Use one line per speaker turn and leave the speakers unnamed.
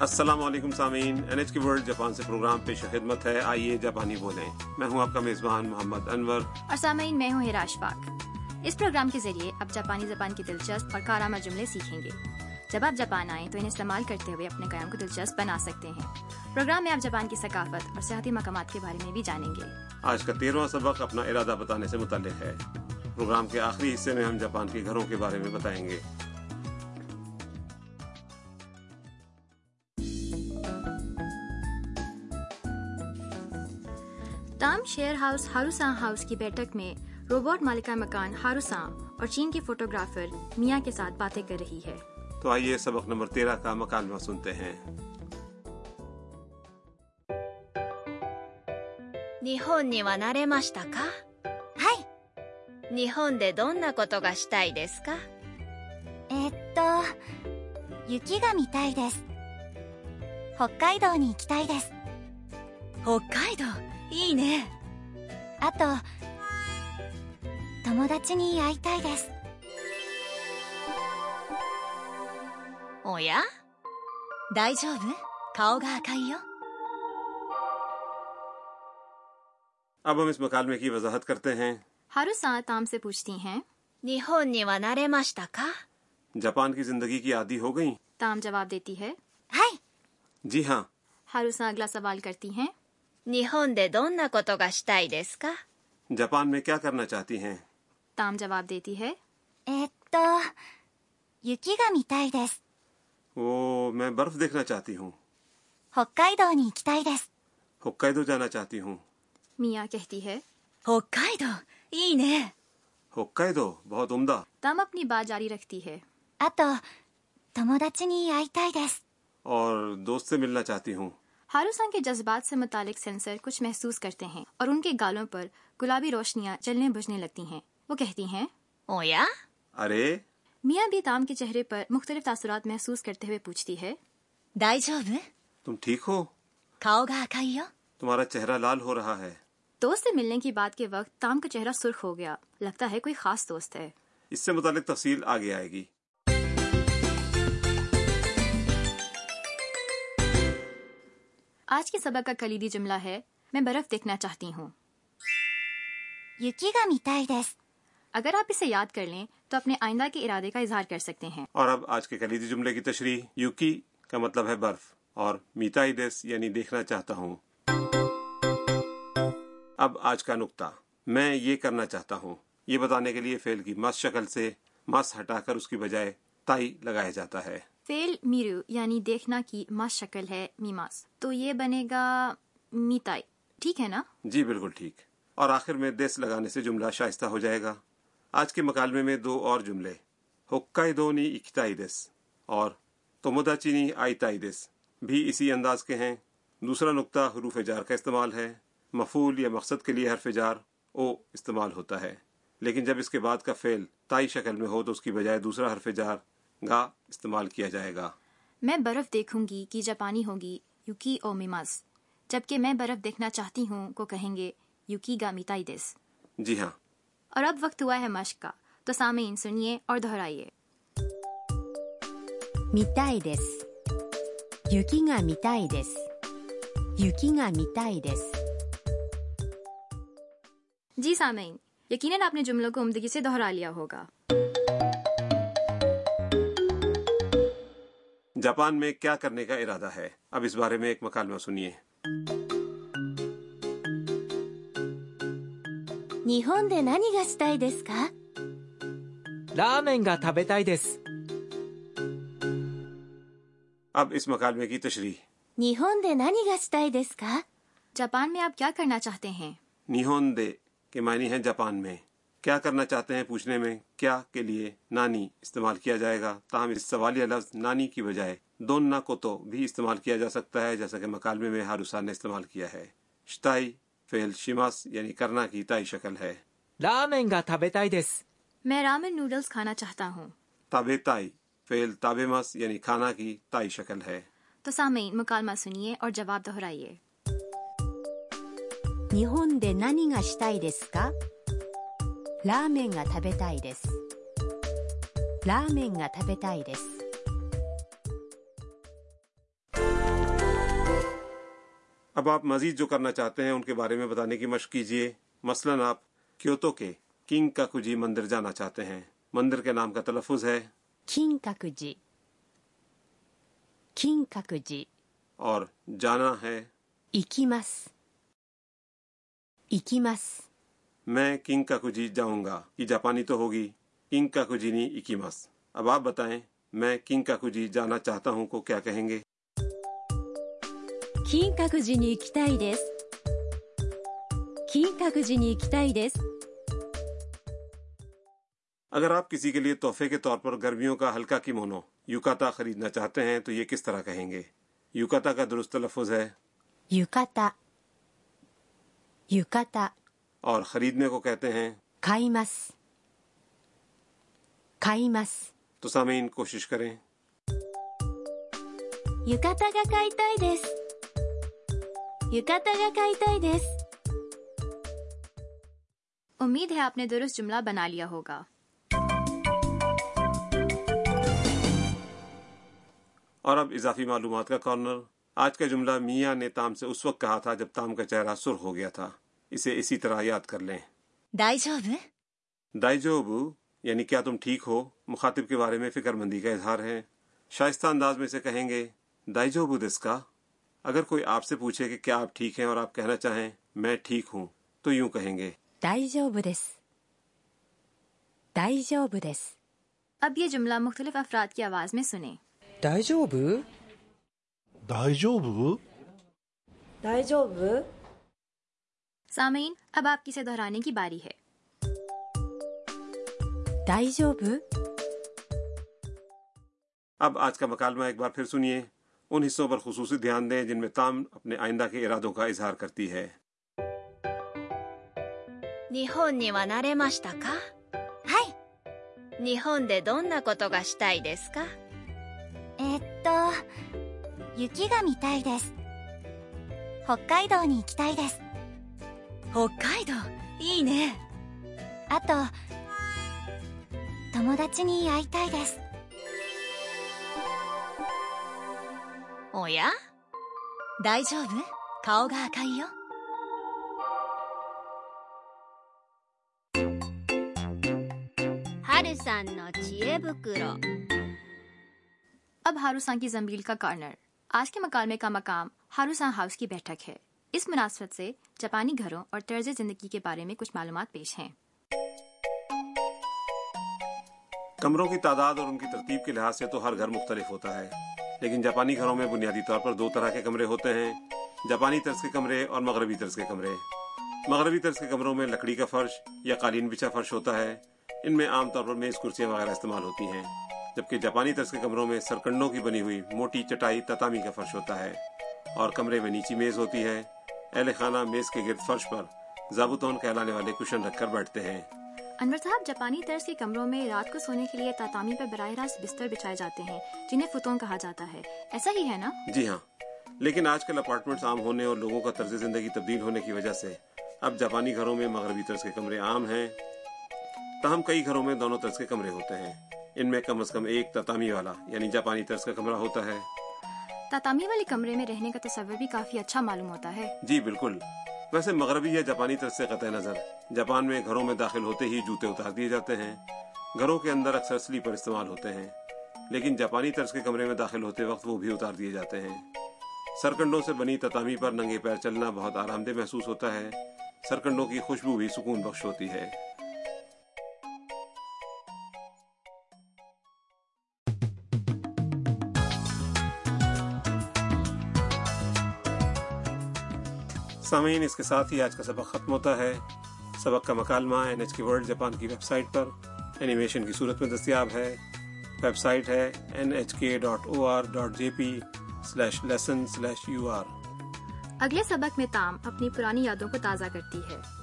السلام علیکم سامعین N H K world Japan سے پروگرام پیش خدمت ہے آئیے جاپانی بولیں میں ہوں آپ کا میزبان محمد انور
اور سامعین میں ہوں ہراش پاک اس پروگرام کے ذریعے آپ جاپانی زبان کے دلچسپ اور کارآمد جملے سیکھیں گے جب آپ جاپان آئیں تو انہیں استعمال کرتے ہوئے اپنے قیام کو دلچسپ بنا سکتے ہیں پروگرام میں آپ جاپان کی ثقافت اور سیاحتی مقامات کے بارے میں بھی جانیں گے
آج کا تیرواں سبق اپنا ارادہ بتانے سے متعلق ہے پروگرام کے آخری حصے میں ہم جاپان کے گھروں کے بارے میں بتائیں گے
ٹام شیئر ہاؤس ہاروساں ہاؤس کی بیٹھک میں روبوٹ مالکہ مکان ہاروساں اور چین کی فوٹوگرافر میاں کے ساتھ باتیں کر رہی ہے
تو آئیے سبق نمبر تیرہ کا مکالمہ سنتے ہیں
日本には慣れましたかはい日本でどんなことがしたいですか
えっと雪が見たいです北海道に行きたいです
北海道いいね
あと友達に会いたいです
おや大丈夫顔が赤いよ
اب ہم اس مکالمے کی وضاحت کرتے ہیں
ہاروساں تام سے پوچھتی ہیں
日本には慣れましたか
جاپان کی زندگی کی عادی ہو گئی
تام جواب دیتی ہے
はい
جی ہاں
ہاروساں اگلا سوال کرتی ہیں
日本でどんなことがしたいですか
جاپان میں کیا کرنا چاہتی ہیں
تام جواب دیتی ہے
えっと雪が見たいです
وہ میں برف دیکھنا چاہتی ہوں
北海道に行きたいです
ہوکائیدو جانا چاہتی ہوں
میاں کہتی ہے
北海道いいね
ہوکائیدو بہت عمدہ
تام اپنی بات جاری رکھتی ہے
あと友達に会いたいです
اور دوست سے ملنا چاہتی ہوں
ہاروساں کے جذبات سے متعلق سینسر کچھ محسوس کرتے ہیں اور ان کے گالوں پر گلابی روشنیاں چلنے بجھنے لگتی ہیں وہ کہتی ہیں
おや
ارے
میاں بھی تام کے چہرے پر مختلف تاثرات محسوس کرتے ہوئے پوچھتی ہے
大丈夫
تم ٹھیک ہو
顔が赤いよ
تمہارا چہرہ لال ہو رہا ہے
دوست سے ملنے کی بات کے وقت تام کا چہرہ سرخ ہو گیا لگتا ہے کوئی خاص دوست ہے
اس سے متعلق تفصیل آگے آئے گی
آج کے سبق کا کلیدی جملہ ہے میں برف دیکھنا چاہتی ہوں
雪が見たいです
اگر آپ اسے یاد کر لیں تو اپنے آئندہ کے ارادے کا اظہار کر سکتے ہیں
اور اب آج کے کلیدی جملے کی تشریح یوکی کا مطلب ہے برف اور میتا دیس یعنی دیکھنا چاہتا ہوں اب آج کا نقطہ میں یہ کرنا چاہتا ہوں یہ بتانے کے لیے فعل کی مس شکل سے مس ہٹا کر اس کی بجائے تائی لگایا جاتا ہے
فیل میرو یعنی دیکھنا کی ماس شکل ہے میماس تو یہ بنے گا میتائی ٹھیک ہے نا
جی بالکل ٹھیک اور آخر میں دیس لگانے سے جملہ شائستہ ہو جائے گا آج کے مکالمے میں دو اور جملے ہوکائی دو نی اکتائی دیس اور تومودا چینی آئی تائی دیس بھی اسی انداز کے ہیں دوسرا نقطہ حروف جار کا استعمال ہے مفول یا مقصد کے لیے حرف جار او استعمال ہوتا ہے لیکن جب اس کے بعد کا فعل تائی شکل میں ہو تو اس کی بجائے دوسرا حرف جار گا استعمال کیا جائے گا
میں برف دیکھوں گی کی جاپانی ہوگی یوکی او میماس جبکہ میں برف دیکھنا چاہتی ہوں کو کہیں گے یوکی گا میتائی دیس
جی ہاں
اور اب وقت ہوا ہے مشق کا تو سامعین سنیے اور دہرائیے
見たいです雪が見たいです雪が見たいです
جی سامعین یقیناً آپ نے جملوں کو عمدگی سے دہرا لیا ہوگا
جاپان میں کیا کرنے کا ارادہ ہے اب اس بارے میں ایک مکالمہ سنیے
日本で何がしたいですか
ラーメンが食べたいです。
اب اس مکالمے کی تشریح
日本で何がしたいですか
جاپان میں آپ کیا کرنا چاہتے ہیں
نیہون دے کے معنی ہیں جاپان میں کیا کرنا چاہتے ہیں پوچھنے میں کیا کے لیے نانی استعمال کیا جائے گا تاہم اس سوالیہ لفظ نانی کی بجائے دون نا کوتو بھی استعمال کیا جا سکتا ہے جیسا کہ مکالمے میں ہاروسا نے استعمال کیا ہے شتائی فعل شیماس یعنی کرنا کی تائی شکل ہے
ラーメンが食べたいです。
میں رامن نوڈلز کھانا چاہتا ہوں
تابے تائی فعل تابے مس یعنی کھانا کی تائی شکل ہے
تو سامعین مکالمہ سنیے اور جواب دہرائیے
日本で何がしたいですかラーメンが食べたいですラーメンが食べたいです
اب آپ مزید جو کرنا چاہتے ہیں ان کے بارے میں بتانے کی مشق کیجیے مثلا آپ کیوتو کے کنگ کاکوجی مندر جانا چاہتے ہیں مندر کے نام کا تلفظ ہے
金閣寺金閣寺
اور جانا ہے
行きます行きます
میں کنگ کاکوجی جاؤں گا یہ جاپانی تو ہوگی کنگ کاکوجی نی اکیماس اب آپ بتائیں میں کنگ کاکوجی جانا چاہتا ہوں کو کیا کہیں گے
金閣寺に行きたいです金閣寺に行きたいです
اگر آپ کسی کے لیے تحفے کے طور پر گرمیوں کا ہلکا کیمونو یوکاتا خریدنا چاہتے ہیں تو یہ کس طرح کہیں گے یوکاتا کا درست تلفظ ہے
浴衣浴衣
اور خریدنے کو کہتے ہیں
買います買います
تو سامعین کوشش کریں
浴衣が買いたいです浴衣が買いたいです
امید ہے آپ نے درست جملہ بنا لیا ہوگا
اور اب اضافی معلومات کا کارنر آج کا جملہ میاں نے تام سے اس وقت کہا تھا جب تام کا چہرہ سرخ ہو گیا تھا اسے اسی طرح یاد کر لیں
大丈夫
دائجوبو یعنی کیا تم ٹھیک ہو مخاطب کے بارے میں فکر مندی کا اظہار ہے شائستہ انداز میں سے کہیں گے دائجوبو دس کا اگر کوئی آپ سے پوچھے کہ کیا آپ ٹھیک ہیں اور آپ کہنا چاہیں میں ٹھیک ہوں تو یوں کہیں گے
大丈夫です大丈夫です
اب یہ جملہ مختلف افراد کی آواز میں سنیں
大丈夫
大丈夫
大丈夫
سامعین اب آپ کی اسے دہرانے کی باری ہے
大丈夫
اب آج کا مکالمہ ایک بار پھر سنیے ان حصوں پر خصوصی دھیان دیں جن میں تام اپنے آئندہ کے ارادوں کا اظہار کرتی ہے
日本には慣れましたかはい日本でどんなことがしたいですか
えっと雪が見たいです北海道に行きたいです
北海道いいね
あと友達に会いたいです
おや大丈夫顔が赤いよ
春さんの知恵袋
اب ہاروساں کی زمبیل کا کارنر آج کے مکالمے کا مقام ہاروساں ہاؤس کی بیٹھک ہے اس مناسبت سے جاپانی گھروں اور طرز زندگی کے بارے میں کچھ معلومات پیش ہیں
کمروں کی تعداد اور ان کی ترتیب کے لحاظ سے تو ہر گھر مختلف ہوتا ہے لیکن جاپانی گھروں میں بنیادی طور پر دو طرح کے کمرے ہوتے ہیں جاپانی طرز کے کمرے اور مغربی طرز کے کمرے مغربی طرز کے کمروں میں لکڑی کا فرش یا قالین بچھا فرش ہوتا ہے ان میں عام طور پر میز کرسیاں وغیرہ استعمال ہوتی ہیں جبکہ جاپانی طرز کے کمروں میں سرکنڈوں کی بنی ہوئی موٹی چٹائی تتامی کا فرش ہوتا ہے اور کمرے میں نیچی میز ہوتی ہے اہل خانہ میز کے گرد فرش پر زابطون کہلانے والے کشن رکھ کر بیٹھتے ہیں
انور صاحب جاپانی طرز کے کمروں میں رات کو سونے کے لیے تاتامی پر براہ راست بستر بچھائے جاتے ہیں جنہیں فتون کہا جاتا ہے ایسا ہی ہے نا
جی ہاں لیکن آج کل اپارٹمنٹس عام ہونے اور لوگوں کا طرز زندگی تبدیل ہونے کی وجہ سے اب جاپانی گھروں میں مغربی طرز کے کمرے عام ہیں تاہم کئی گھروں میں دونوں طرز کے کمرے ہوتے ہیں ان میں کم از کم ایک تتامی والا یعنی جاپانی طرز کا کمرہ ہوتا ہے
تاتامی والے کمرے میں رہنے کا تصور بھی کافی اچھا معلوم ہوتا ہے
جی بالکل ویسے مغربی یا جاپانی طرز سے قطع نظر جاپان میں گھروں میں داخل ہوتے ہی جوتے اتار دیے جاتے ہیں گھروں کے اندر اکثر سلیپر استعمال ہوتے ہیں لیکن جاپانی طرز کے کمرے میں داخل ہوتے وقت وہ بھی اتار دیے جاتے ہیں سرکنڈوں سے بنی تتامی پر ننگے پیر چلنا بہت آرام دہ محسوس ہوتا ہے سرکنڈوں کی خوشبو بھی سکون بخش ہوتی ہے سامعین اس کے ساتھ ہی آج کا سبق ختم ہوتا ہے سبق کا مکالمہ N H K world Japan کی ویب سائٹ پر اینیمیشن کی صورت میں دستیاب ہے ویب سائٹ ہے N H K dot O R dot J P slash lesson slash U R
اگلے سبق میں تام اپنی پرانی یادوں کو تازہ کرتی ہے